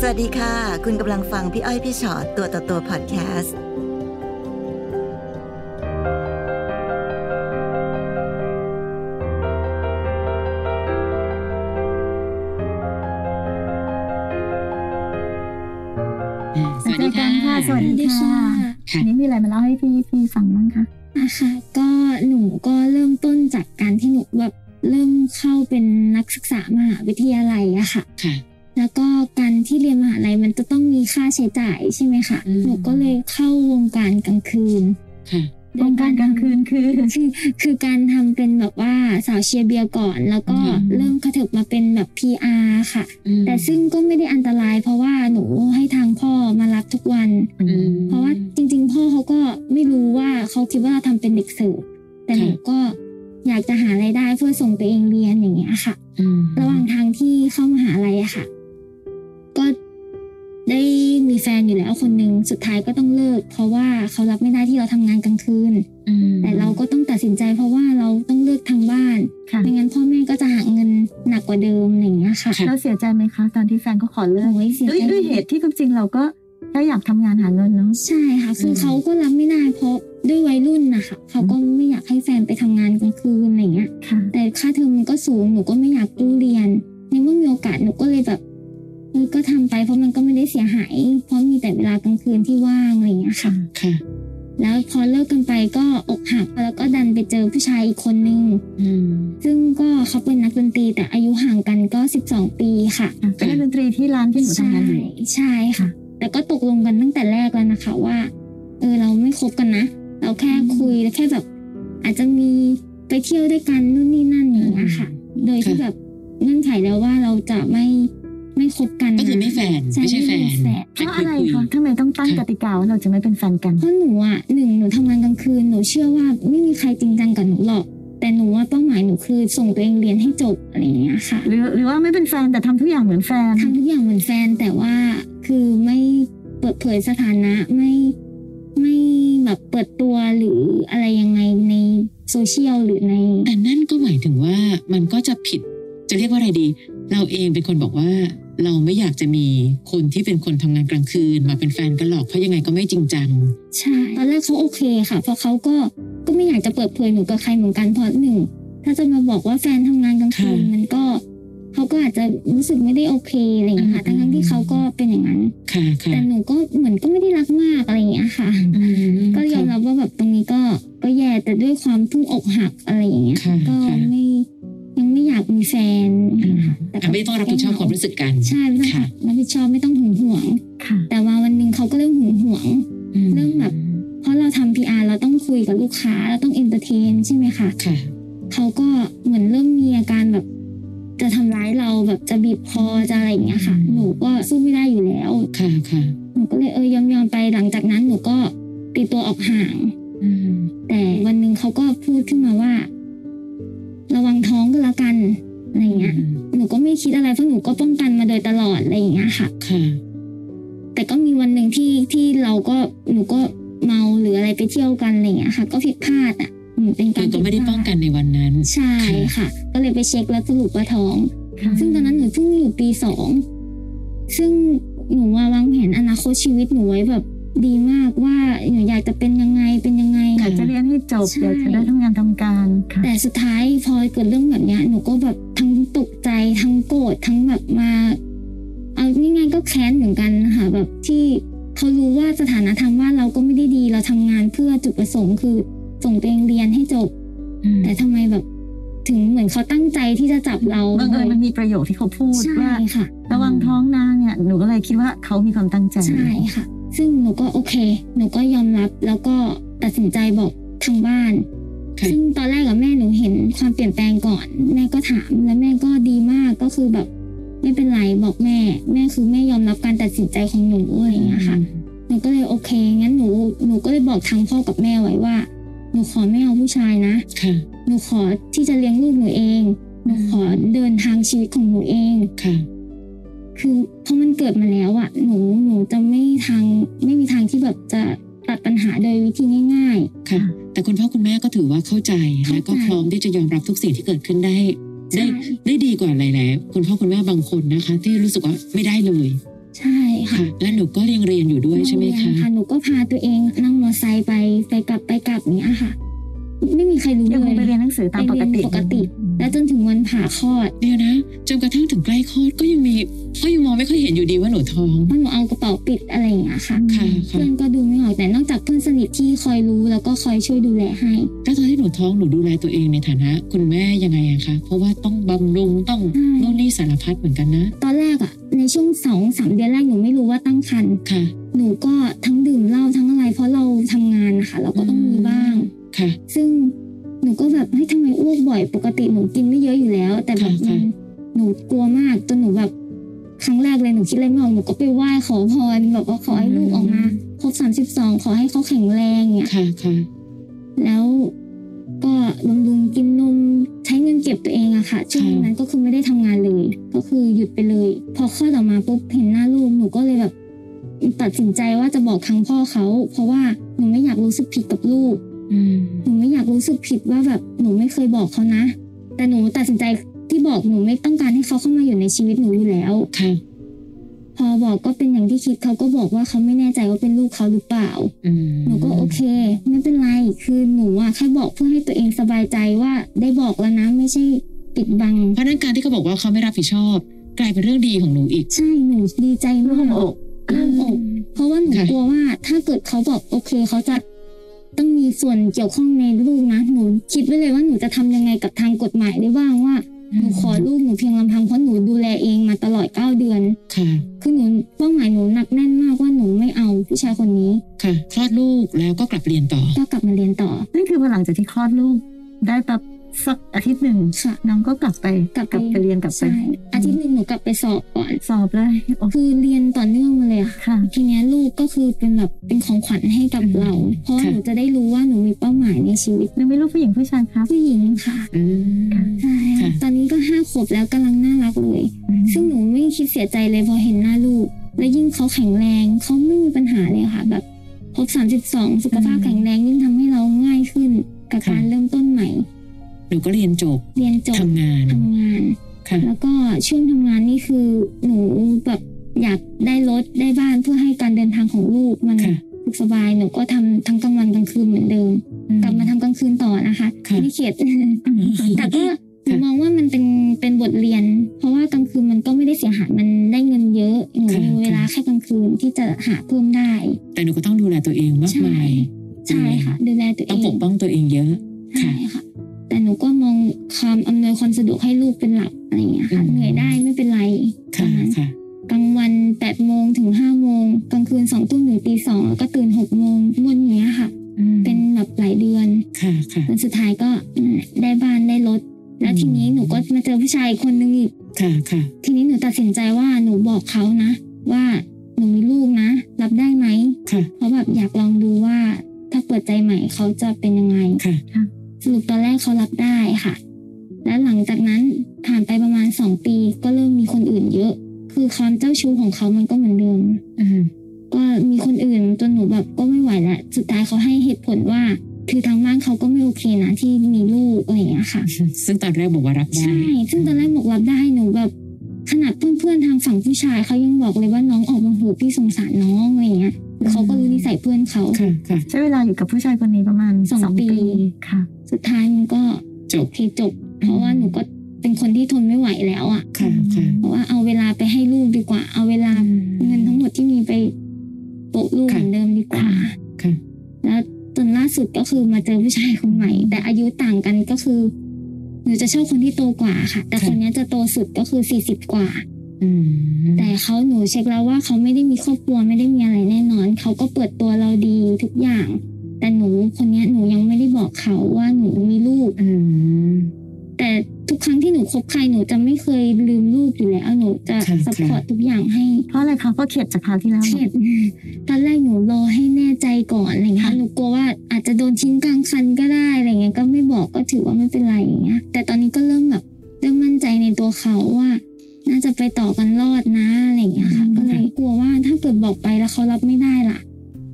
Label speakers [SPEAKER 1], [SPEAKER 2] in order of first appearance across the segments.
[SPEAKER 1] สวัสดีค่ะ คุณกำลังฟังพี่อ้อยพี่ชอตตัวต่อตัวพอดแคสต์
[SPEAKER 2] อ่าสวัสดีค่ะ
[SPEAKER 3] เจอกันค่ะสวัสดี
[SPEAKER 2] ค่ะ
[SPEAKER 3] วันนี้มีอะไรมาเล่าให้พี่พี่ฟังบ้างคะ
[SPEAKER 2] นะคะก็หนูก็เริ่มต้นจากการที่หนูแบบเริ่มเข้าเป็นนักศึกษามหาวิทยาลัยอะค่ะ
[SPEAKER 4] ค่ะ
[SPEAKER 2] แล้วก็การที่เรียนมหาลัยมันจะต้องมีค่าใช้จ่ายใช่ไหมคะ
[SPEAKER 4] อืม
[SPEAKER 2] หนูก็เลยเข้าวงการกลางคืน
[SPEAKER 4] ค่ะ
[SPEAKER 3] โครงการกลางคืนคือ
[SPEAKER 2] คือคือการทำเป็นแบบว่าสาวเชียร์เบียร์ก่อน แล้วก็
[SPEAKER 4] อืม
[SPEAKER 2] เริ่มขถิบมาเป็นแบบ PR ค่ะ
[SPEAKER 4] อืม
[SPEAKER 2] แต่ซึ่งก็ไม่ได้อันตราย เพราะว่าหนูให้ทางพ่อมารับทุกวัน
[SPEAKER 4] อืม
[SPEAKER 2] เพราะว่าจริง ๆ พ่อเขาก็ไม่รู้ว่าเขาคิดว่าเราทำเป็นเด็กเสิร์ฟแต่หนู
[SPEAKER 4] ค่ะ
[SPEAKER 2] ก็อยากจะหารายได้เพื่อส่งตัวเองเรียนอย่างเงี้ยค่ะ
[SPEAKER 4] อืม
[SPEAKER 2] ระหว่างทางที่เข้ามหาลัยอะค่ะ ก็ได้มีแฟนอยู่แล้วคนหนึ่งสุดท้ายก็ต้องเลิก เพราะว่าเขารับไม่ได้ที่เราทำงานกลางคืน
[SPEAKER 4] อืม
[SPEAKER 2] แต่เราก็ต้องตัดสินใจเพราะว่าเราต้องเลิกทางบ้าน
[SPEAKER 3] ค่ะ
[SPEAKER 2] ไม่งั้นพ่อแม่ก็จะหักเงินหนักกว่าเดิมอย่างเงี้ยค่ะ
[SPEAKER 3] เราเสียใจไหมคะ ตอนที่แฟนเขาขอเลิก
[SPEAKER 2] โอ้ยเสีย
[SPEAKER 3] ด้วย
[SPEAKER 2] ใจ
[SPEAKER 3] ด้วยเหตุที่ความจริงเราก็แค่อยากทำงานหาเงินเนาะ
[SPEAKER 2] ใช่ค่ะคือเขาก็รับไม่ได้เพราะด้วยวัยรุ่นนะคะเขาก็ไม่อยากให้แฟนไปทำงานกลางคืนอะไรเงี้ย
[SPEAKER 3] ค่ะ
[SPEAKER 2] แต่ค่าเทอมมันก็สูง หนูก็ไม่อยากกู้เรียน ในเมื่อมีโอกาสหนูก็เลยแบบเออก็ทำไปเพราะมันก็ไม่ได้เสียหาย เพราะมีแต่เวลากลางคืนที่ว่างอะไรอย่างเงี้ยค่ะ
[SPEAKER 4] ค่ะ
[SPEAKER 2] แล้วพอเลิกกันไปก็อกหัก แล้วก็ดันไปเจอผู้ชายอีกคนนึง
[SPEAKER 4] อืม
[SPEAKER 2] ซึ่งก็เขาเป็นนักดนตรีแต่อายุห่างกันก็ 12 ปีค่ะ
[SPEAKER 3] เป็นนักดนตรีที่ร้านที่หนูทำงานอยู่
[SPEAKER 2] ใช่ค่ะ
[SPEAKER 3] ค่ะ
[SPEAKER 2] แต่ก็ตกลงกันตั้งแต่แรกแล้วนะคะว่า เออเราไม่คบกันนะ เราแค่
[SPEAKER 3] อืม
[SPEAKER 2] คุยแค่แบบ อาจจะมีไปเที่ยวด้วยกันนู่นนี่นั่นอย่างเงี้ยค่ะ โดยที่
[SPEAKER 4] ค่ะ
[SPEAKER 2] แบบเงื่อนไขแล้วว่าเราจะไม่ไม่คบกันนะ
[SPEAKER 4] ก็คือไม่แฟน
[SPEAKER 2] ใช่
[SPEAKER 4] ไม่ใช่แฟน
[SPEAKER 2] ไม่แฟน
[SPEAKER 3] เพราะอะไรคะทำไมต้องตั้งกติกาว่าเราจะไม่เป็นแฟนกัน
[SPEAKER 2] เพราะหนูอ่ะหนึ่งหนูทำงานกลางคืนหนูเชื่อว่าไม่มีใครจริงจังกับหนูหรอก แต่หนูว่าเป้าหมายหนูคือส่งตัวเองเรียนให้จบอะไรอย่างเงี้ยค่ะ
[SPEAKER 3] หรือหรือว่าไม่เป็นแฟนแต่ทำทุกอย่างเหมือนแฟน
[SPEAKER 2] ทำทุกอย่างเหมือนแฟนแต่ว่าคือไม่เปิดเผยสถานะไม่ไม่แบบเปิดตัวหรืออะไรยังไงในโซเชียลหรือใน
[SPEAKER 4] แต่นั่นก็หมายถึงว่ามันก็จะผิด จะเรียกว่าอะไรดี เราเองเป็นคนบอกว่า เราไม่อยากจะมีคนที่เป็นคนทำงานกลางคืน มาเป็นแฟนกันหรอก เพราะยังไงก็ไม่จริงจัง
[SPEAKER 2] ใช่ตอนแรกเขาโอเคค่ะ เพราะเขาก็ก็ไม่อยากจะเปิดเผยหนูกับใครเหมือนกันเพราะหนึ่งถ้าจะมาบอกว่าแฟนทำงานกลางคืน
[SPEAKER 4] ค่ะ
[SPEAKER 2] มันก็เขาก็อาจจะรู้สึกไม่ได้โอเคอะไรอย่างเงี้ยค่ะ
[SPEAKER 4] อืม
[SPEAKER 2] ทั้งๆที่เขาก็เป็นอย่างนั้น
[SPEAKER 4] ค่ะค่ะ
[SPEAKER 2] แต่หนูก็เหมือนก็ไม่ได้รักมากอะไรอย่างเงี้ยค่ะ
[SPEAKER 4] อืม
[SPEAKER 2] ก็ยอม
[SPEAKER 4] ค่ะ
[SPEAKER 2] รับว่าแบบตรงนี้ก็ก็แย่แต่ด้วยความเพิ่งอกหักอะไรอย่างเงี้ย
[SPEAKER 4] ค่ะ
[SPEAKER 2] ก็
[SPEAKER 4] ค่ะ
[SPEAKER 2] ไม่ยังไม่อยากมีแฟน
[SPEAKER 4] อืม
[SPEAKER 2] ค่ะ
[SPEAKER 4] อ่ะไม่ต้องรับผิดชอบความรู้สึกกัน
[SPEAKER 2] ใช่ไม่ต้อง
[SPEAKER 4] ค่ะ
[SPEAKER 2] รับผิดชอบไม่ต้องหึงหวง
[SPEAKER 3] ค่ะ
[SPEAKER 2] แต่ว่าวันหนึ่งเขาก็เริ่มหึงหวง
[SPEAKER 4] ม
[SPEAKER 2] เรื่องแบบ เพราะเราทำ PR เราต้องคุยกับลูกค้าเราต้องเอนเตอร์เทนใช่ไหมคะ
[SPEAKER 4] ค่ะ
[SPEAKER 2] เขาก็เหมือนเริ่มมีอาการแบบ จะทำร้ายเราแบบจะบีบคอจะอะไรอย่างเงี้ยค่ะ
[SPEAKER 4] อืม
[SPEAKER 2] หนูก็สู้ไม่ได้อยู่แล้ว
[SPEAKER 4] ค่ะค่ะ
[SPEAKER 2] หนูก็เลยเออยอมยอมๆไปหลังจากนั้นหนูก็ตีตัวออกห่าง
[SPEAKER 4] อืม
[SPEAKER 2] แต่วันหนึ่งเขาก็พูดขึ้นมาว่า ระวังท้องก็แล้วกันอะไรอย่างเงี้ย หนูก็ไม่คิดอะไรเพราะหนูก็ป้องกันมาโดยตลอดอะไรอย่างเงี้ยค่ะ
[SPEAKER 4] ค่ะ
[SPEAKER 2] แต่ก็มีวันหนึ่งที่ที่เราก็หนูก็เมาหรืออะไรไปเที่ยวกันอะไรอย่างเงี้ยค่ะ ก็ผิดพลาดอ่ะอืมเป็นกา
[SPEAKER 4] คือ
[SPEAKER 2] ร
[SPEAKER 4] ก็ไม่ได้
[SPEAKER 2] ผิพลา
[SPEAKER 4] ป้องกันในวันนั้น
[SPEAKER 2] ใช่ค่ะ ก็เลยไปเช็คแล้วสรุปว่าท้อง
[SPEAKER 3] ค่ะ
[SPEAKER 2] ซึ่งตอนนั้นหนูเพิ่งอยู่ปีสอง ซึ่งหนูว่าวางแผนอนาคตชีวิตหนูไว้แบบดีมากว่าหนูอยากจะเป็นยังไงเป็นยังไง
[SPEAKER 3] อยากจะเรียนให้จบอ
[SPEAKER 2] ใช่
[SPEAKER 3] ยากจะได้ทำงานทำการค่ะ
[SPEAKER 2] แต่สุดท้ายพอเกิดเรื่องแบบเนี้ยหนูก็แบบทั้งตกใจทั้งโกรธทั้งแบบมาเอาง่ายๆก็แค้นเหมือนกันนะคะแบบที่เขารู้ว่าสถานะทางบ้านเราก็ไม่ได้ดี เราทำงานเพื่อจุดประสงค์คือส่งตัวเองเรียนให้จบ แต่ทำไมแบบถึงเหมือนเขาตั้งใจที่จะจับเรา
[SPEAKER 3] บังเอิญมันมีประโยคที่เขาพูด
[SPEAKER 2] ใช่
[SPEAKER 3] ว่า
[SPEAKER 2] ค่ะ
[SPEAKER 3] ระวังท้องนางเนี่ยหนูก็เลยคิดว่าเขามีความตั้งใจ
[SPEAKER 2] ใช่ค่ะ ซึ่งหนูก็โอเค หนูก็ยอมรับแล้วก็ตัดสินใจบอกทางบ้าน
[SPEAKER 4] ค่ะ
[SPEAKER 2] ซึ่งตอนแรกกับแม่หนูเห็นความเปลี่ยนแปลงก่อน แม่ก็ถามแล้วแม่ก็ดีมากก็คือแบบไม่เป็นไรบอกแม่ แม่คือแม่ยอมรับการตัดสินใจของหนูอะไรอย่างเงี้ยค่ะหนูก็เลยโอเคงั้นหนูหนูก็เลยบอกทางพ่อกับแม่ไว้ว่า หนูขอไม่เอาผู้ชายนะ
[SPEAKER 4] ค่ะ
[SPEAKER 2] หนูขอที่จะเลี้ยงลูกหนูเอง หนูขอเดินทางชีวิตของหนูเอง
[SPEAKER 4] ค่ะ
[SPEAKER 2] คือเพราะมันเกิดมาแล้วอะหนูหนูจะไม่ทางไม่มีทางที่แบบจะตัดปัญหาโดยวิธีง่าย
[SPEAKER 4] ค่ะ แต่คุณพ่อคุณแม่ก็ถือว่าเข้าใจและก็พ
[SPEAKER 2] เข้าใจ
[SPEAKER 4] ร้อมที่จะยอมรับทุกสิ่งที่เกิดขึ้นได้
[SPEAKER 2] ๆ
[SPEAKER 4] ได้
[SPEAKER 2] ใช่
[SPEAKER 4] ได้ดีกว่าหลายๆคุณพ่อคุณแม่บางคนนะคะ ที่รู้สึกว่าไม่ได้เลย
[SPEAKER 2] ใช่ค่ะ
[SPEAKER 4] ค่ะ และหนูก็เรียนเรียนอยู่ด้วยใช่ไหมคะ
[SPEAKER 2] โรงเรียนหนูก็พาตัวเองนั่งมอเตอร์ไซค์ไปไปกลับไปกลับอย่างเนี้ยค่ะ ไม่มีใครรู้
[SPEAKER 3] ยัง
[SPEAKER 2] เล
[SPEAKER 3] คง
[SPEAKER 2] ย
[SPEAKER 3] ไปเรียนหนังสือตามปกติ
[SPEAKER 2] ไปเรียนปกติ และจนถึงวันผ่าคลอด
[SPEAKER 4] เดียวนะจนกระทั่งถึงใกล้คลอดก็ยังมีก็ยังมองไม่ค่อยเห็นอยู่ดีว่าหนูท้อง
[SPEAKER 2] เพราะหนูเอากระเป๋าปิดอะไรอย่างเงี้ยค่ะ
[SPEAKER 4] ค่ะค่ะ
[SPEAKER 2] เพื่อนก็ดูไม่ออกแต่นอกจากเพื่อนสนิทที่คอยรู้แล้วก็คอยช่วยดูแลให้
[SPEAKER 4] แล้วตอนที่หนูท้องหนูดูแลตัวเองในฐานะ คุณแม่ยังไงอะคะเพราะว่าต้องบำรุงต้อง
[SPEAKER 2] ใช่
[SPEAKER 4] นู่นนี่สารพัดเหมือนกันนะ
[SPEAKER 2] ตอนแรกอะในช่วงสองสามเดือนแรกหนูไม่รู้ว่าตั้งครรภ์
[SPEAKER 4] ค่ะ
[SPEAKER 2] หนูก็ทั้งดื่มเหล้าทั้งอะไร เพราะเราทำงานนะคะเราก็ต้องมีบ้าง
[SPEAKER 4] ค่ะ
[SPEAKER 2] ซึ่งหนูก็แบบเฮ้ยทำไมอ้วกบ่อย ปกติหนูกินไม่เยอะอยู่แล้ว แต่แบบ
[SPEAKER 4] ค่ะ
[SPEAKER 2] มั
[SPEAKER 4] ค่ะ
[SPEAKER 2] นหนูกลัวมากจนหนูแบบครั้งแรกเลยหนูคิดอะไรไม่ออกหนูก็ไปไหว้ขอพรแบบว่าขอให้ลูกออกมาครบสามสิบสองขอให้เขาแข็งแรงเนี่ย
[SPEAKER 4] ค่ะค่ะ
[SPEAKER 2] แล้วก็บำรุงกินนมใช้เงินเก็บตัวเองอะค่ะช่วงนั้นก็คือไม่ได้ทำงานเลย ก็คือหยุดไปเลย พอคลอดออกมาปุ๊บเห็นหน้าลูกหนูก็เลยแบบ ตัดสินใจว่าจะบอกทางพ่อเขา เพราะว่าหนูไม่อยากรู้สึกผิดกับลูก
[SPEAKER 4] อืม
[SPEAKER 2] หนูไม่อยากรู้สึกผิดว่าแบบหนูไม่เคยบอกเขานะ แต่หนูตัดสินใจที่บอกหนูไม่ต้องการให้เขาเข้ามาอยู่ในชีวิตหนูอยู่แล้ว
[SPEAKER 4] ค่ะ
[SPEAKER 2] พอบอกก็เป็นอย่างที่คิดเขาก็บอกว่าเขาไม่แน่ใจว่าเป็นลูกเขาหรือเปล่า
[SPEAKER 4] อืม
[SPEAKER 2] หนูก็โอเค ไม่เป็นไรคือหนูอะแค่บอกเพื่อให้ตัวเองสบายใจว่าได้บอกแล้วนะไม่ใช่ปิดบัง
[SPEAKER 4] เพราะนั้นการที่เขาบอกว่าเขาไม่รับผิดชอบ กลายเป็นเรื่องดีของหนูอีก
[SPEAKER 2] ใช่หนูดีใจ
[SPEAKER 3] เรื่อ
[SPEAKER 2] มา
[SPEAKER 3] ง
[SPEAKER 2] ก
[SPEAKER 3] อก
[SPEAKER 2] โล่งอก เพราะว่าหนูกลัวว่าถ้าเกิดเขาบอกโอเคเขาจะต้องมีส่วนเกี่ยวข้องในลูกนะหนูคิดไว้เลยว่าหนูจะทำยังไงกับทางกฎหมายได้บ้างว่าหนูขอลูกหนูเพียงลำพังเพราะหนูดูแลเองมาตลอดเก้าเดือน
[SPEAKER 4] ค่ะ
[SPEAKER 2] คือหนูเป้าหมายหนูหนักแน่นมากว่าหนูไม่เอาผู้ชายคนนี้
[SPEAKER 4] ค่ะคลอดลูกแล้วก็กลับเรียนต่อ
[SPEAKER 2] ก็กลับมาเรียนต่อ
[SPEAKER 3] นั่นคือพอหลังจากที่คลอดลูก ได้ปั๊บสักอาทิตย์หนึ่ง
[SPEAKER 2] ค่ะ
[SPEAKER 3] น้องก็กลับไป
[SPEAKER 2] กลับไป
[SPEAKER 3] ไปเรียนกลับไป
[SPEAKER 2] ใช่อาทิตย์หนึ่งหนูกลับไปสอบก่อน
[SPEAKER 3] สอบเลยโอ้
[SPEAKER 2] คือเรียนต่อเนื่องมาเลยค่ะ
[SPEAKER 3] ค่ะ
[SPEAKER 2] ทีเนี้ยลูกก็คือเป็นแบบเป็นของขวัญให้กับ
[SPEAKER 4] อืม
[SPEAKER 2] เรา เพราะว่า
[SPEAKER 4] ค่ะ
[SPEAKER 2] หนูจะได้รู้ว่าหนูมีเป้าหมายในชีวิต
[SPEAKER 3] หนูไม่รู้ผู้หญิงผู้ชายครับ
[SPEAKER 2] ผู้หญิงค่ะ
[SPEAKER 4] อืม
[SPEAKER 2] ใช่
[SPEAKER 4] ค่ะ
[SPEAKER 2] ตอนนี้ก็ห้าขวบแล้วกำลังน่ารักเลย ซึ่งหนูไม่คิดเสียใจเลยพอเห็นหน้าลูก และยิ่งเขาแข็งแรงเขาไม่มีปัญหาเลยค่ะ แบบครบสามสิบสองสุขภาพ
[SPEAKER 3] อืม
[SPEAKER 2] แข็งแรงยิ่งทำให้เราง่ายขึ้น กับการเริ่มต้นใหม่
[SPEAKER 4] หนูก็เรียนจบ
[SPEAKER 2] เรียนจบ
[SPEAKER 4] ทำงาน
[SPEAKER 2] ทำงาน
[SPEAKER 4] ค่ะ
[SPEAKER 2] แล้วก็ช่วงทำงานนี่คือหนูแบบอยากได้รถได้บ้านเพื่อให้การเดินทางของลูกมัน
[SPEAKER 4] ค่ะ
[SPEAKER 2] สุขสบายหนูก็ทำทั้งกลางวันกลางคืนเหมือนเดิม กลับมาทำกลางคืนต่อนะคะ
[SPEAKER 4] ค่ะ
[SPEAKER 2] ไม่เข็ด แต่ก็หนูมองว่ามันเป็นเป็นบทเรียน เพราะว่ากลางคืนมันก็ไม่ได้เสียหายมันได้เงินเยอะหนู
[SPEAKER 4] ค่ะ
[SPEAKER 2] มีเวลาแค่กลางคืนที่จะหาเพิ่มได้
[SPEAKER 4] แต่หนูก็ต้องดูแลตัวเองมาก
[SPEAKER 2] ใช่
[SPEAKER 4] มาย
[SPEAKER 2] ใช่ค่ะดูแลตัวเอ
[SPEAKER 4] ต้องปก
[SPEAKER 2] ง
[SPEAKER 4] ป้องตัวเองเยอะ
[SPEAKER 2] ใช่ค่ะ แต่หนูก็มองความอำนวยความสะดวกให้ลูกเป็นหลักอะไรอย่างเงี้ยค่ะ
[SPEAKER 4] อืม
[SPEAKER 2] เหนื่อยได้ไม่เป็นไร
[SPEAKER 4] ค่ะ
[SPEAKER 2] ตอนนั้น
[SPEAKER 4] ค่ะ
[SPEAKER 2] กลางวันแปดโมงถึงห้าโมงกลางคืนสองทุ่มถึงตีสองแล้วก็ตื่นหกโมงวนอย่างเงี้ยค่ะ เป็นแบบหลายเดือน
[SPEAKER 4] ค่ะค่ะ
[SPEAKER 2] จนสุดท้ายก็อืมได้บ้านได้รถ แล้ว
[SPEAKER 4] อืม
[SPEAKER 2] ทีนี้หนูก็มาเจอผู้ชายอีกคนนึงอีก
[SPEAKER 4] ค่ะค่ะ
[SPEAKER 2] ทีนี้หนูตัดสินใจว่าหนูบอกเขานะ ว่าหนูมีลูกนะ รับได้ไหม
[SPEAKER 4] ค่ะ
[SPEAKER 2] เพราะแบบอยากลองดูว่า ถ้าเปิดใจใหม่เขาจะเป็นยังไง
[SPEAKER 4] ค่ะ
[SPEAKER 2] สรุปตอนแรกเขารับได้ค่ะ และหลังจากนั้นผ่านไปประมาณสองปีก็เริ่มมีคนอื่นเยอะ คือความเจ้าชู้ของเขามันก็เหมือนเดิม
[SPEAKER 4] อืม
[SPEAKER 2] ก็มีคนอื่นจนหนูแบบก็ไม่ไหวแล้วสุดท้ายเขาให้เหตุผลว่า คือทางบ้านเขาก็ไม่โอเคนะที่มีลูกอะไรอย่างเงี้ยค่ะ
[SPEAKER 4] ซึ่งตอนแรกบอกว่ารับได้
[SPEAKER 2] ใช่ ซึ่งตอนแรกบอกรับได้หนูแบบขนาดเพื่อนๆทางฝั่งผู้ชายเขายังบอกเลยว่าน้องออกมาเหอะพี่สงสารน้องอะไรอย่างเงี้ยเขาก็รู้นิสัยเพื่อนเขา
[SPEAKER 4] ค่ะค่ะ
[SPEAKER 3] ใช้เวลาอยู่กับผู้ชายคนนี้ประมาณ
[SPEAKER 2] สองปี
[SPEAKER 3] ค่ะ
[SPEAKER 2] สุดท้ายมันก็
[SPEAKER 4] จบ
[SPEAKER 2] โอเคจบ เพราะว่าหนูก็เป็นคนที่ทนไม่ไหวแล้วอ่ะ
[SPEAKER 4] ค่ะค่ะ
[SPEAKER 2] เพราะว่าเอาเวลาไปให้ลูกดีกว่า เอาเวลาเงินทั้งหมดที่มีไปโปะลูกเหมือนเดิมดีกว่า
[SPEAKER 4] ค่ะ
[SPEAKER 2] แล้วจนล่าสุดก็คือมาเจอผู้ชายคนใหม่ แต่อายุต่างกันก็คือหนูจะชอบคนที่โตกว่าค่ะ แต่
[SPEAKER 4] ค่ะ
[SPEAKER 2] คนเนี้ยจะโตสุดก็คือสี่สิบกว่า
[SPEAKER 4] อืม
[SPEAKER 2] แต่เขาหนูเช็คแล้วว่าเขาไม่ได้มีครอบครัวไม่ได้มีอะไรแน่นอน เขาก็เปิดตัวเราดีทุกอย่าง แต่หนูคนเนี้ยหนูยังไม่ได้บอกเขาว่าหนูมีลูก
[SPEAKER 4] อืม
[SPEAKER 2] แต่ทุกครั้งที่หนูคบใครหนูจะไม่เคยลืมลูกอยู่แล้วหนูจะ
[SPEAKER 4] ค่ะ
[SPEAKER 2] สปอร์ต
[SPEAKER 4] ค่ะ
[SPEAKER 2] ทุกอย่างให้
[SPEAKER 3] เพราะอะไรคะเพราะเข็ดจากคราวที่แล้ว
[SPEAKER 2] เครียด ตอนแรกหนูรอให้แน่ใจก่อนอะไรเงี้ยค่ะหนูกลัวว่าอาจจะโดนทิ้งกลางคันก็ได้อะไรเงี้ย ก็ไม่บอกก็ถือว่าไม่เป็นไรอย่างเงี้ย แต่ตอนนี้ก็เริ่มแบบเริ่มมั่นใจในตัวเขาว่า น่าจะไปต่อกันรอดนะอะไรเงี้ยค่ะ ก็เลยกลัวว่าถ้าเกิดบอกไปแล้วเขารับไม่ได้ล่ะ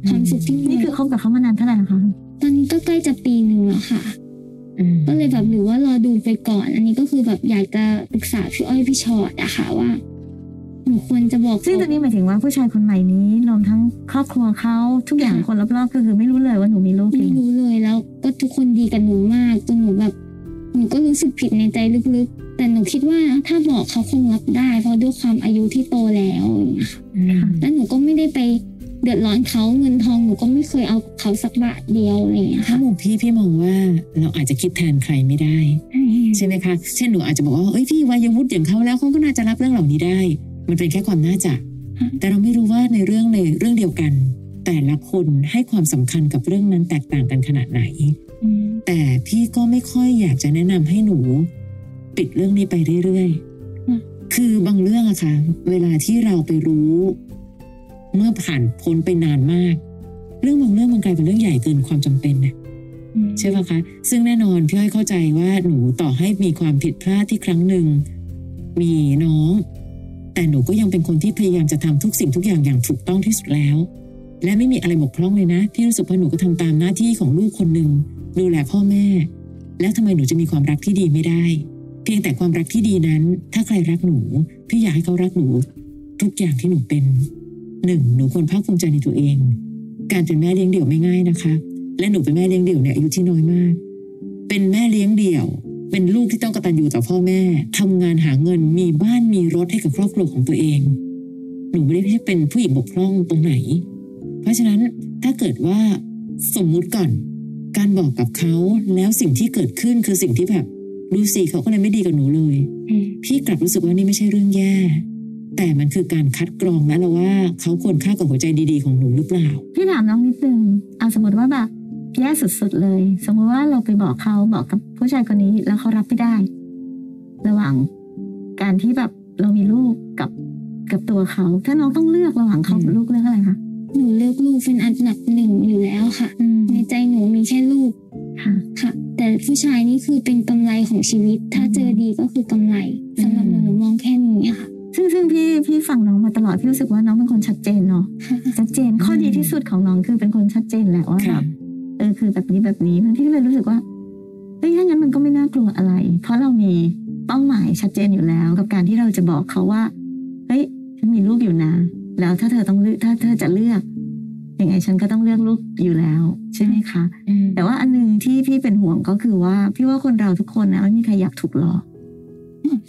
[SPEAKER 2] ความสุขที่มี
[SPEAKER 3] นี่คือคบกับเขามานานเท่าไหร่แล้วคะ
[SPEAKER 2] ตอนนี้ก็ใกล้จะปีหนึ่งแล้วค่ะ
[SPEAKER 4] อืม
[SPEAKER 2] ก็เลยแบบหรือว่ารอดูไปก่อน อันนี้ก็คือแบบอยากจะปรึกษาพี่อ้อยพี่ชอตอะค่ะว่า หนูควรจะบอก
[SPEAKER 3] ซึ่งตอนนี้หมายถึงว่าผู้ชายคนใหม่นี้รวมทั้งครอบครัวเขาทุกอย่างคนรอบๆก็คือไม่รู้เลยว่าหนูมีลูกอ
[SPEAKER 2] ไม่
[SPEAKER 3] ยู่
[SPEAKER 2] รู้เลยแล้ว ก็ทุกคนดีกับหนูมากจนหนูแบบหนูก็รู้สึกผิดในใจลึกๆ แต่หนูคิดว่าถ้าบอกเขาคงรับได้ เพราะด้วยความอายุที่โตแล้วอย่างเงี้ย แล้วหนูก็ไม่ได้ไปเดือดร้อนเขาเงินทองหนูก็ไม่เคยเอาเขาสักบาทเดียวอะไรอย่างเงี้ย
[SPEAKER 4] ถ้า
[SPEAKER 2] ค่ะ
[SPEAKER 4] มุมพี่พี่มองว่าเราอาจจะคิดแทนใครไม่ได้ ใช่ไหมคะเช่นหนูอาจจะบอกว่าเอ้ยพี่วัยวุฒิอย่างเขาแล้วเขาก็น่าจะรับเรื่องเหล่านี้ได้ มันเป็นแค่ความน่าจะ แต่เราไม่รู้ว่าในเรื่องในเรื่องเดียวกัน แต่ละคนให้ความสำคัญกับเรื่องนั้นแตกต่างกันขนาดไหน แต่พี่ก็ไม่ค่อยอยากจะแนะนำให้หนู ปิดเรื่องนี้ไปเรื่อยๆ คือบางเรื่องอะค่ะ เวลาที่เราไปรู้ เมื่อผ่านพ้นไปนานมาก เรื่องบางเรื่องมันกลายเป็นเรื่องใหญ่เกินความจำเป็นนะ ใช่ป่ะคะ ซึ่งแน่นอนพี่อ้อยเข้าใจว่าหนูต่อให้มีความผิดพลาดที่ครั้งหนึ่ง มีน้อง แต่หนูก็ยังเป็นคนที่พยายามจะทำทุกสิ่งทุกอย่างอย่างถูกต้องที่สุดแล้ว และไม่มีอะไรบกพร่องเลยนะ พี่รู้สึกว่าหนูก็ทำตามหน้าที่ของลูกคนหนึ่งดูแลพ่อแม่ แล้วทำไมหนูจะมีความรักที่ดีไม่ได้ เพียงแต่ความรักที่ดีนั้น ถ้าใครรักหนู พี่อยากให้เขารักหนู ทุกอย่างที่หนูเป็นหนึ่งหนูควรภาคภูมิใจในตัวเอง การเป็นแม่เลี้ยงเดี่ยวไม่ง่ายนะคะ และหนูเป็นแม่เลี้ยงเดี่ยวเนี่ยอายุที่น้อยมาก เป็นแม่เลี้ยงเดี่ยว เป็นลูกที่ต้องกตัญญูต่อพ่อแม่ทำงานหาเงินมีบ้านมีรถให้กับครอบครัวของตัวเอง หนูไม่ได้ให้เป็นผู้หญิงบกพร่องตรงไหน เพราะฉะนั้นถ้าเกิดว่าสมมุติก่อน การบอกกับเขาแล้วสิ่งที่เกิดขึ้นคือสิ่งที่แบบดูสิเขาก็เลยไม่ดีกับหนูเลย พี่กลับรู้สึกว่านี่ไม่ใช่เรื่องแย่ แต่มันคือการคัดกรองแล้วล่ะว่าเขาควรค่ากับหัวใจดีๆของหนูหรือเปล่า
[SPEAKER 3] พี่ถามน้องนิดนึงเอาสมมติว่าแบบแย่สุดๆเลย สมมติว่าเราไปบอกเขาบอกกับผู้ชายคนนี้แล้วเขารับไม่ได้ ระหว่างการที่แบบเรามีลูกกับกับตัวเขา ถ้าน้องต้องเลือกระหว่างเขากับลูกเลือกอะไรคะ
[SPEAKER 2] หนูเลือกลูกเป็นอันดับหนึ่งอยู่แล้วค่ะ ในใจหนูมีแค่ลูก
[SPEAKER 3] ค่ะ
[SPEAKER 2] ค่ะ แต่ผู้ชายนี่คือเป็นกำไรของชีวิต ถ้าเจอดีก็คือกำไรสำหรับหนูหนูมองแค่นี้ค่ะ
[SPEAKER 3] ซึ่งซึ่งพี่พี่ฟังน้องมาตลอดพี่รู้สึกว่าน้องเป็นคนชัดเจนเนาะ ชัดเจนข้อ
[SPEAKER 4] อืม
[SPEAKER 3] ดีที่สุดของน้องคือเป็นคนชัดเจนแหละว่าแบ
[SPEAKER 4] ค่ะ
[SPEAKER 3] บเออคือแบบนี้แบบนี้พี่ก็เลยรู้สึกว่าเอ้ยถ้างั้นมันก็ไม่น่ากลัวอะไร เพราะเรามีเป้าหมายชัดเจนอยู่แล้ว กับการที่เราจะบอกเขาว่าเฮ้ยฉันมีลูกอยู่นะ แล้วถ้าเธอต้องเลือกถ้าเธอจะเลือกยังไงฉันก็ต้องเลือกลูกอยู่แล้วใช่ไหมคะ แต่ว่าอันหนึงที่พี่เป็นห่วงก็คือว่าพี่ว่าคนเราทุกคนนะไม่มีใครอยากถูกหลอก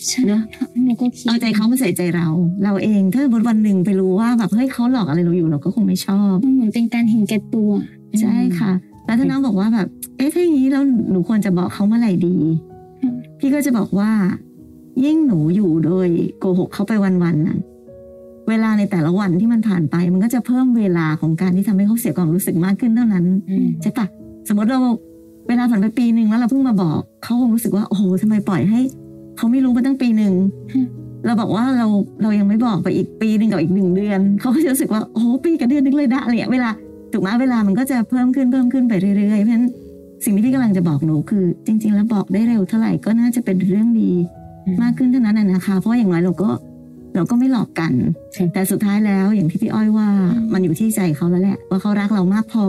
[SPEAKER 2] ใช่ค่ะหนูก็คิด
[SPEAKER 3] เอาใจเขามาใส่ใจเรา เราเองถ้าสมมติวันหนึ่งไปรู้ว่าแบบเฮ้ยเขาหลอกอะไรเราอยู่เราก็คงไม่ชอบ
[SPEAKER 2] มันเหมือนเป็นการเห็นแก่ตัว
[SPEAKER 3] ใช่ค่ะ แล้วถ้าน้องบอกว่าแบบ เอ๊ะถ้าอย่างนี้แล้วหนูควรจะบอกเขาเมื่อไหร่ดี
[SPEAKER 2] อืม
[SPEAKER 3] พี่ก็จะบอกว่า ยิ่งหนูอยู่โดยโกหกเขาไปวันๆน่ะเวลาในแต่ละวันที่มันผ่านไป มันก็จะเพิ่มเวลาของการที่ทำให้เขาเสียความรู้สึกมากขึ้นเท่านั้น ใช่ปะสมมติเราเวลาผ่านไปปีหนึ่งแล้วเราเพิ่งมาบอกเขาคงรู้สึกว่าโอ้โหทำไมปล่อยให้เขาไม่รู้มาตั้งปีหนึ่ง
[SPEAKER 2] อืม
[SPEAKER 3] เราบอกว่าเราเรายังไม่บอกไปอีกปีหนึ่งกับอีกหนึ่งเดือนเขาก็จะรู้สึกว่าโอ้โหปีกับเดือนนึงเลยนะอะไรเงี้ยเวลาถูกไหมเวลามันก็จะเพิ่มขึ้นเพิ่มขึ้นไปเรื่อยๆเพราะฉะนั้นสิ่งที่พี่กำลังจะบอกหนูคือ จริง ๆ แล้วบอกได้เร็วเท่าไหร่ก็น่าจะเป็นเรื่องดี มากขึ้นเท่านั้นน่ะนะคะ เพราะอย่างน้อยเราก็เราก็ไม่หลอกกัน
[SPEAKER 4] ครับ
[SPEAKER 3] แต่สุดท้ายแล้วอย่างที่พี่อ้อยว่า
[SPEAKER 2] อืม
[SPEAKER 3] มันอยู่ที่ใจเขาแล้วแหละ ว่าเขารักเรามากพอ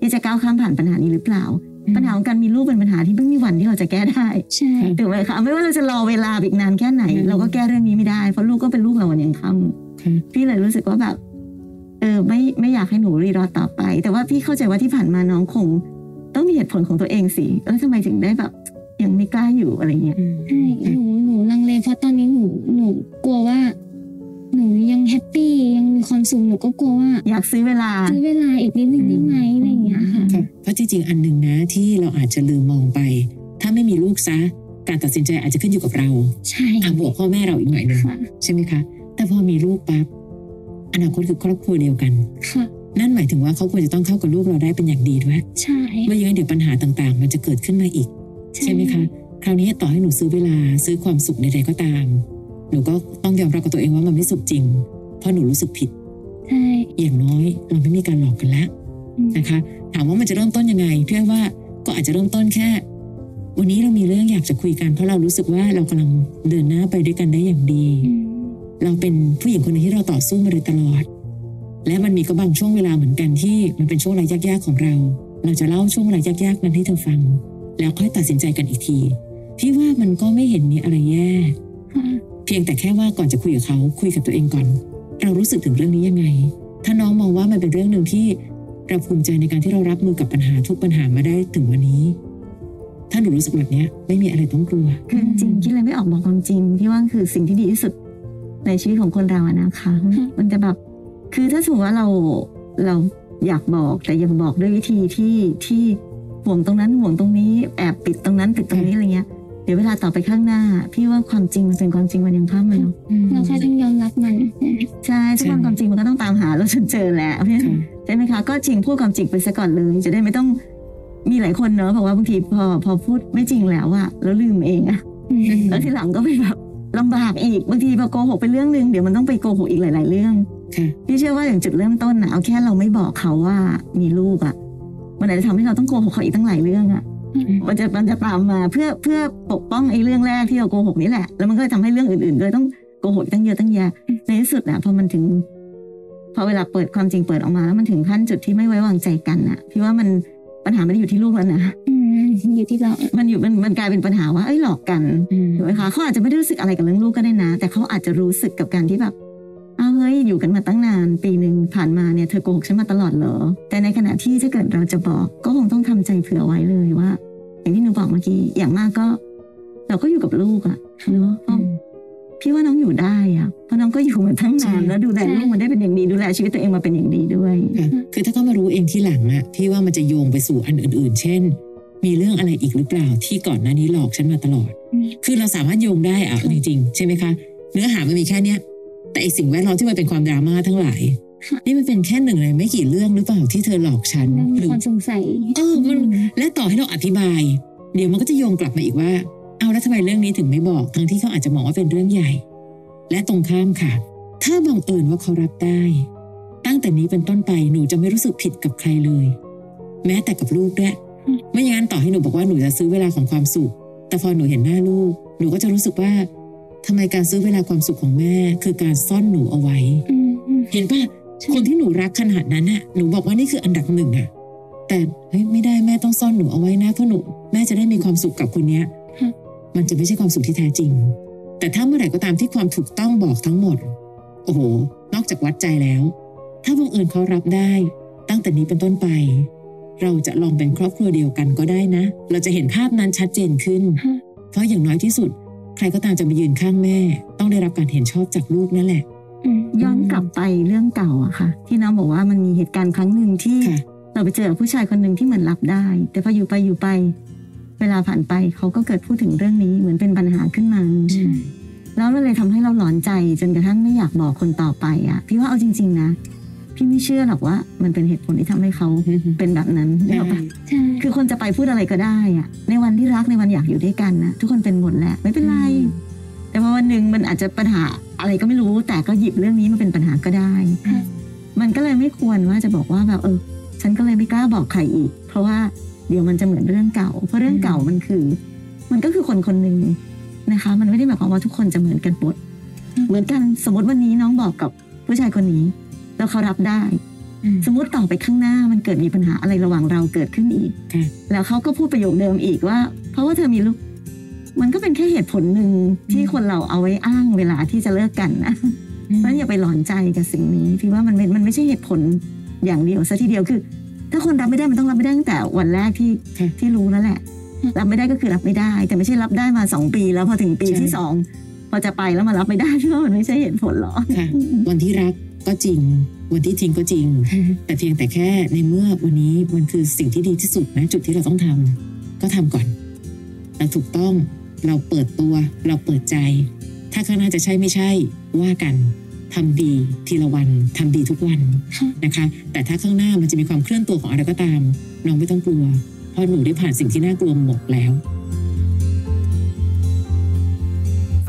[SPEAKER 3] ที่จะก้าวข้ามผ่านปัญหานี้หรือเปล่า ปัญหาของการมีลูกเป็นปัญหาที่ไม่มีวันที่เราจะแก้ได้
[SPEAKER 2] ใช่
[SPEAKER 3] ถูกไหมคะไม่ว่าเราจะรอเวลาอีกนานแค่ไหน
[SPEAKER 4] อืม
[SPEAKER 3] เราก็แก้เรื่องนี้ไม่ได้เพราะลูกก็เป็นลูกเราวันยังค่
[SPEAKER 4] ค่ะ
[SPEAKER 3] ำพี่เลยรู้สึกว่าแบบ เออไม่ไม่อยากให้หนูรีรอต่อไป แต่ว่าพี่เข้าใจว่าที่ผ่านมาน้องคง ต้องมีเหตุผลของตัวเองสิแล้วทำไมถึงได้แบบ ยังไม่กล้าอยู่อะไรเงี้ย
[SPEAKER 2] ใช่หนูหนูลังเลเพราะตอนนี้หนูหนูกลัวว่า หนูยังแฮปปี้ยังมีความสุขหนูก็กลัวว่า
[SPEAKER 3] อยากซื้อเวลา
[SPEAKER 2] ซื้อเวลาอีกนิดนึงได้ไหมอะไรอย่างเงี้ยค่ะ
[SPEAKER 4] ค่ะเพราะจริงๆ อันหนึ่งนะที่เราอาจจะลืมมองไป ถ้าไม่มีลูกซะ การตัดสินใจอาจจะขึ้นอยู่กับเรา
[SPEAKER 2] ใช่
[SPEAKER 4] อ่ะบวกพ่อแม่เราอีกหน่อยหนึง
[SPEAKER 2] ค่ะ
[SPEAKER 4] ใช่ไหมคะ แต่พอมีลูกปั๊บอนาคตคือครอบครัวเดียวกัน
[SPEAKER 2] ค่ะ
[SPEAKER 4] นั่นหมายถึงว่าเขาควรจะต้องเข้ากับลูกเราได้เป็นอย่างดีด้วย
[SPEAKER 2] ใช่
[SPEAKER 4] ไม่อย่างนั้นเดี๋ยวปัญหาต่างๆ มันจะเกิดขึ้นมาอีก ใช่ไหมคะ คราวนี้ต่อให้หนูซื้อเวลาซื้อความสุขใดๆก็ตาม หนูก็ต้องยอมรับกับตัวเองว่ามันไม่สุขจริง เพราะหนูรู้สึกผิด
[SPEAKER 2] ใช่
[SPEAKER 4] อย่างน้อยเราไม่มีการหลอกกันแล้ว นะคะถามว่ามันจะเริ่มต้นยังไงพี่อ้อยว่าก็อาจจะเริ่มต้นแค่ วันนี้เรามีเรื่องอยากจะคุยกันเพราะเรารู้สึกว่าเรากำลังเดินหน้าไปด้วยกันได้อย่างดี
[SPEAKER 2] อืม
[SPEAKER 4] เราเป็นผู้หญิงคนหนึงที่เราต่อสู้มาโดยตลอด และมันมีก็บางช่วงเวลาเหมือนกันที่มันเป็นช่วงเวลายากๆของเรา เราจะเล่าช่วงเวลายากๆนั้นให้เธอฟัง แล้วค่อยตัดสินใจกันอีกทีพี่ว่ามันก็ไม่เห็นมีอะไรแย่
[SPEAKER 2] ค่ะ
[SPEAKER 4] เพียงแต่แค่ว่าก่อนจะคุยกับเขาคุยกับตัวเองก่อน เรารู้สึกถึงเรื่องนี้ยังไง ถ้าน้องมองว่ามันเป็นเรื่องหนึ่งที่เราภูมิใจในการที่เรารับมือกับปัญหาทุกปัญหามาได้ถึงวันนี้ ถ้าหนูรู้สึกแบบเนี้ยไม่มีอะไรต้องกลัว
[SPEAKER 3] คือจริงๆคิดอะไรไม่ออกบอกความจริงที่ว่าคือสิ่งที่ดีที่สุดในชีวิตของคนเราอะนะคะ
[SPEAKER 2] ค่ะ
[SPEAKER 3] มันจะแบบคือถ้าสมมติว่าเราเราอยากบอกแต่ยังบอกด้วยวิธีที่ที่ห่วงตรงนั้นห่วงตรงนี้แอบปิดตรงนั้นปิดตรงนี้อะไรเงี้ยเดี๋ยวเวลาต่อไปข้างหน้า พี่ว่าความจริงมันเป็นความจริงวันยังข้ามมันเนาะ
[SPEAKER 2] เราแค่ต้องยอมรับมัน
[SPEAKER 3] ใช่ซึ่งความจริงมันก็ต้องตามหาเราจนเจอแหละเพราะฉะนั้น
[SPEAKER 4] ค่ะ
[SPEAKER 3] ใช่ไหมคะก็จริงพูดความจริงไปซะก่อนเลยจะได้ไม่ต้องมีหลายคนเนอะบอกว่าบางทีพอพอพูดไม่จริงแล้วอะแล้วลืมเองอะแล้วทีหลังก็ไปแบบลำบากอีกบางทีพอโกหกไปเรื่องหนึ่งเดี๋ยวมันต้องไปโกหกอีกหลาย ๆ เรื่อง
[SPEAKER 4] ค่ะ
[SPEAKER 3] พี่เชื่อว่าอย่างจุดเริ่มต้นนะเอาแค่เราไม่บอกเขาว่ามีลูกอะมันอาจจะทำให้เราต้องโกหกเขาอีกตั้งหลายเรื่องอะ
[SPEAKER 4] อืม
[SPEAKER 3] มันจะมันจะตามมาเพื่อเพื่อปกป้องไอ้เรื่องแรกที่เราโกหกนี่แหละ แล้วมันก็จะทำให้เรื่องอื่นๆก็ต้องโกหกอีกตั้งเยอะตั้งแยะ ในที่สุดอะพอมันถึง พอเวลาเปิดความจริงเปิดออกมาแล้วมันถึงขั้นจุดที่ไม่ไว้วางใจกันอะพี่ว่ามันปัญหาไม่ได้อยู่ที่ลูกแล้วนะ
[SPEAKER 2] อืมอยู่ที่เรา
[SPEAKER 3] มันอยู่มันมันกลายเป็นปัญหาว่าเอ้ยหลอกกัน
[SPEAKER 4] อืม
[SPEAKER 3] ถูกไหมคะเขาอาจจะไม่ได้รู้สึกอะไรกับเรื่องลูกก็ได้นะ แต่เขาอาจจะรู้สึกกับการที่แบบอ้าวเฮ้ยอยู่กันมาตั้งนาน ปีหนึ่งผ่านมาเนี่ยเธอโกหกฉันมาตลอดเหรอแต่ในขณะที่ถ้าเกิดเราจะบอกก็คงต้องทำใจเผื่อไว้เลยว่า อย่างที่หนูบอกเมื่อกี้อย่างมากก็ เราก็อยู่กับลูกอะเนาะเพราะ พี่ว่าน้องอยู่ได้อะเพราะน้องก็อยู่มาทั้งนานแล้วดูแลลูกมันได้เป็นอย่างดีดูแลชีวิตตัวเองมาเป็นอย่างดีด้วย
[SPEAKER 4] ค่ะคือถ้าเขามารู้เองที่หลังอะพี่ว่ามันจะโยงไปสู่อันอื่น ๆ เช่น มีเรื่องอะไรอีกหรือเปล่าที่ก่อนหน้านี้หลอกฉันมาตลอด คือเราสามารถโยงได้อะเอาจริงๆใช่ไหมคะ เนื้อหามันมีแค่เนี้ย แต่ไอสิ่งแวดล้อมที่มันเป็นความดราม่าทั้งหลาย นี่มันเป็นแค่หนึ่งในไม่กี่เรื่องหรือเปล่าที่เธอหลอกฉัน
[SPEAKER 2] เรามี
[SPEAKER 4] หรือ
[SPEAKER 2] ความสงสัย
[SPEAKER 4] เออมันและต่อให้เราอธิบาย เดี๋ยวมันก็จะโยงกลับมาอีกว่า เอาแล้วทำไมเรื่องนี้ถึงไม่บอก ทั้งที่เขาอาจจะมองว่าเป็นเรื่องใหญ่ และตรงข้ามค่ะ ถ้าบังเอิญว่าเขารับได้ ตั้งแต่นี้เป็นต้นไปหนูจะไม่รู้สึกผิดกับใครเลย แม้แต่กับลูกด้วย
[SPEAKER 2] อืม
[SPEAKER 4] ไม่อย่างนั้นต่อให้หนูบอกว่าหนูจะซื้อเวลาของความสุข แต่พอหนูเห็นหน้าลูก หนูก็จะรู้สึกว่าทำไมการซื้อเวลาความสุขของแม่ คือการซ่อนหนูเอาไว้
[SPEAKER 2] อืมอืม
[SPEAKER 4] เห็นป่ะ
[SPEAKER 2] ใช่
[SPEAKER 4] คนที่หนูรักขนาดนั้นน่ะ หนูบอกว่านี่คืออันดับหนึ่งอะแต่เฮ้ยไม่ได้แม่ต้องซ่อนหนูเอาไว้นะเพราะหนูแม่จะได้มีความสุขกับคนเนี้ย มันจะไม่ใช่ความสุขที่แท้จริง แต่ถ้าเมื่อไหร่ก็ตามที่ความถูกต้องบอกทั้งหมด โอ้โห นอกจากวัดใจแล้ว ถ้าบังเอิญเขารับได้ ตั้งแต่นี้เป็นต้นไป เราจะลองเป็นครอบครัวเดียวกันก็ได้นะ เราจะเห็นภาพนั้นชัดเจนขึ้น
[SPEAKER 2] ฮะ
[SPEAKER 4] เพราะอย่างน้อยที่สุด ใครก็ตามจะมายืนข้างแม่ ต้องได้รับการเห็นชอบจากลูกนั่นแหละ
[SPEAKER 2] อืม
[SPEAKER 3] ย้อนกลับไปเรื่องเก่าอะค่ะ ที่น้องบอกว่ามันมีเหตุการณ์ครั้งหนึ่งที่
[SPEAKER 4] ค่ะ
[SPEAKER 3] เราไปเจอผู้ชายคนหนึ่งที่เหมือนรับได้ แต่พออยู่ไปอยู่ไป เวลาผ่านไปเขาก็เกิดพูดถึงเรื่องนี้เหมือนเป็นปัญหาขึ้นมา แล้วมันเลยทำให้เราหลอนใจจนกระทั่งไม่อยากบอกคนต่อไปอะพี่ว่าเอาจริง ๆ นะ พี่ไม่เชื่อหรอกว่า มันเป็นเหตุผลที่ทำให้เขาเป็นแบบนั้นไม่เอาปะ
[SPEAKER 2] ใช่
[SPEAKER 3] คือคนจะไปพูดอะไรก็ได้อะในวันที่รักในวันอยากอยู่ด้วยกันนะทุกคนเป็นหมดแหละไม่เป็นไร แต่ว่าวันหนึ่งมันอาจจะปัญหาอะไรก็ไม่รู้ แต่ก็หยิบเรื่องนี้มาเป็นปัญหาก็ได้
[SPEAKER 2] ค่ะ
[SPEAKER 3] มันก็เลยไม่ควรว่าจะบอกว่าแบบเออ ฉันก็เลยไม่กล้าบอกใครอีก เพราะว่าเดี๋ยวมันจะเหมือนเรื่องเก่า เพราะเรื่องเก่ามันคือ มันก็คือคนคนหนึ่งนะคะ มันไม่ได้หมายความว่าทุกคนจะเหมือนกันหมดเหมือนกันสมมติวันนี้น้องบอกกับผู้ชายคนนี้ แล้วเขารับได้
[SPEAKER 4] อืม
[SPEAKER 3] สมมติต่อไปข้างหน้ามันเกิดมีปัญหาอะไรระหว่างเราเกิดขึ้นอีก
[SPEAKER 4] ค่ะ
[SPEAKER 3] แล้วเขาก็พูดประโยคเดิมอีกว่า เพราะว่าเธอมีลูก มันก็เป็นแค่เหตุผลหนึ่งที่คนเราเอาไว้อ้างเวลาที่จะเลิกกันนะเพราะฉะนั้นอย่าไปหลอนใจกับสิ่งนี้พี่ว่ามันไม่มันไม่ใช่เหตุผลอย่างเดียวซะทีเดียวคือ ถ้าคนรับไม่ได้มันต้องรับไม่ได้ตั้งแต่วันแรกที่
[SPEAKER 4] ค่ะ
[SPEAKER 3] ที่รู้แล้วแหละ รับไม่ได้ก็คือรับไม่ได้ แต่ไม่ใช่รับได้มาสองปี แล้วพอถึงปีที่สองพอจะไปแล้วมารับไม่ได้ พี่ว่ามันไม่ใช่เหตุผลหรอก
[SPEAKER 4] ค่ะ วันที่รักก็จริง วันที่ทิ้งก็จริง แต่เพียงแต่แค่ในเมื่อวันนี้มันคือสิ่งที่ดีที่สุดนะจุดที่เราต้องทำก็ทำก่อนเราถูกต้องเราเปิดตัว เราเปิดใจ ถ้าข้างหน้าจะใช่ไม่ใช่ ว่ากันทำดีทีละวันทำดีทุกวัน
[SPEAKER 2] ค่ะ
[SPEAKER 4] นะคะ แต่ถ้าข้างหน้ามันจะมีความเคลื่อนตัวของอะไรก็ตามน้องไม่ต้องกลัว เพราะหนูได้ผ่านสิ่งที่น่ากลัวหมดแล้ว
[SPEAKER 5] ฟ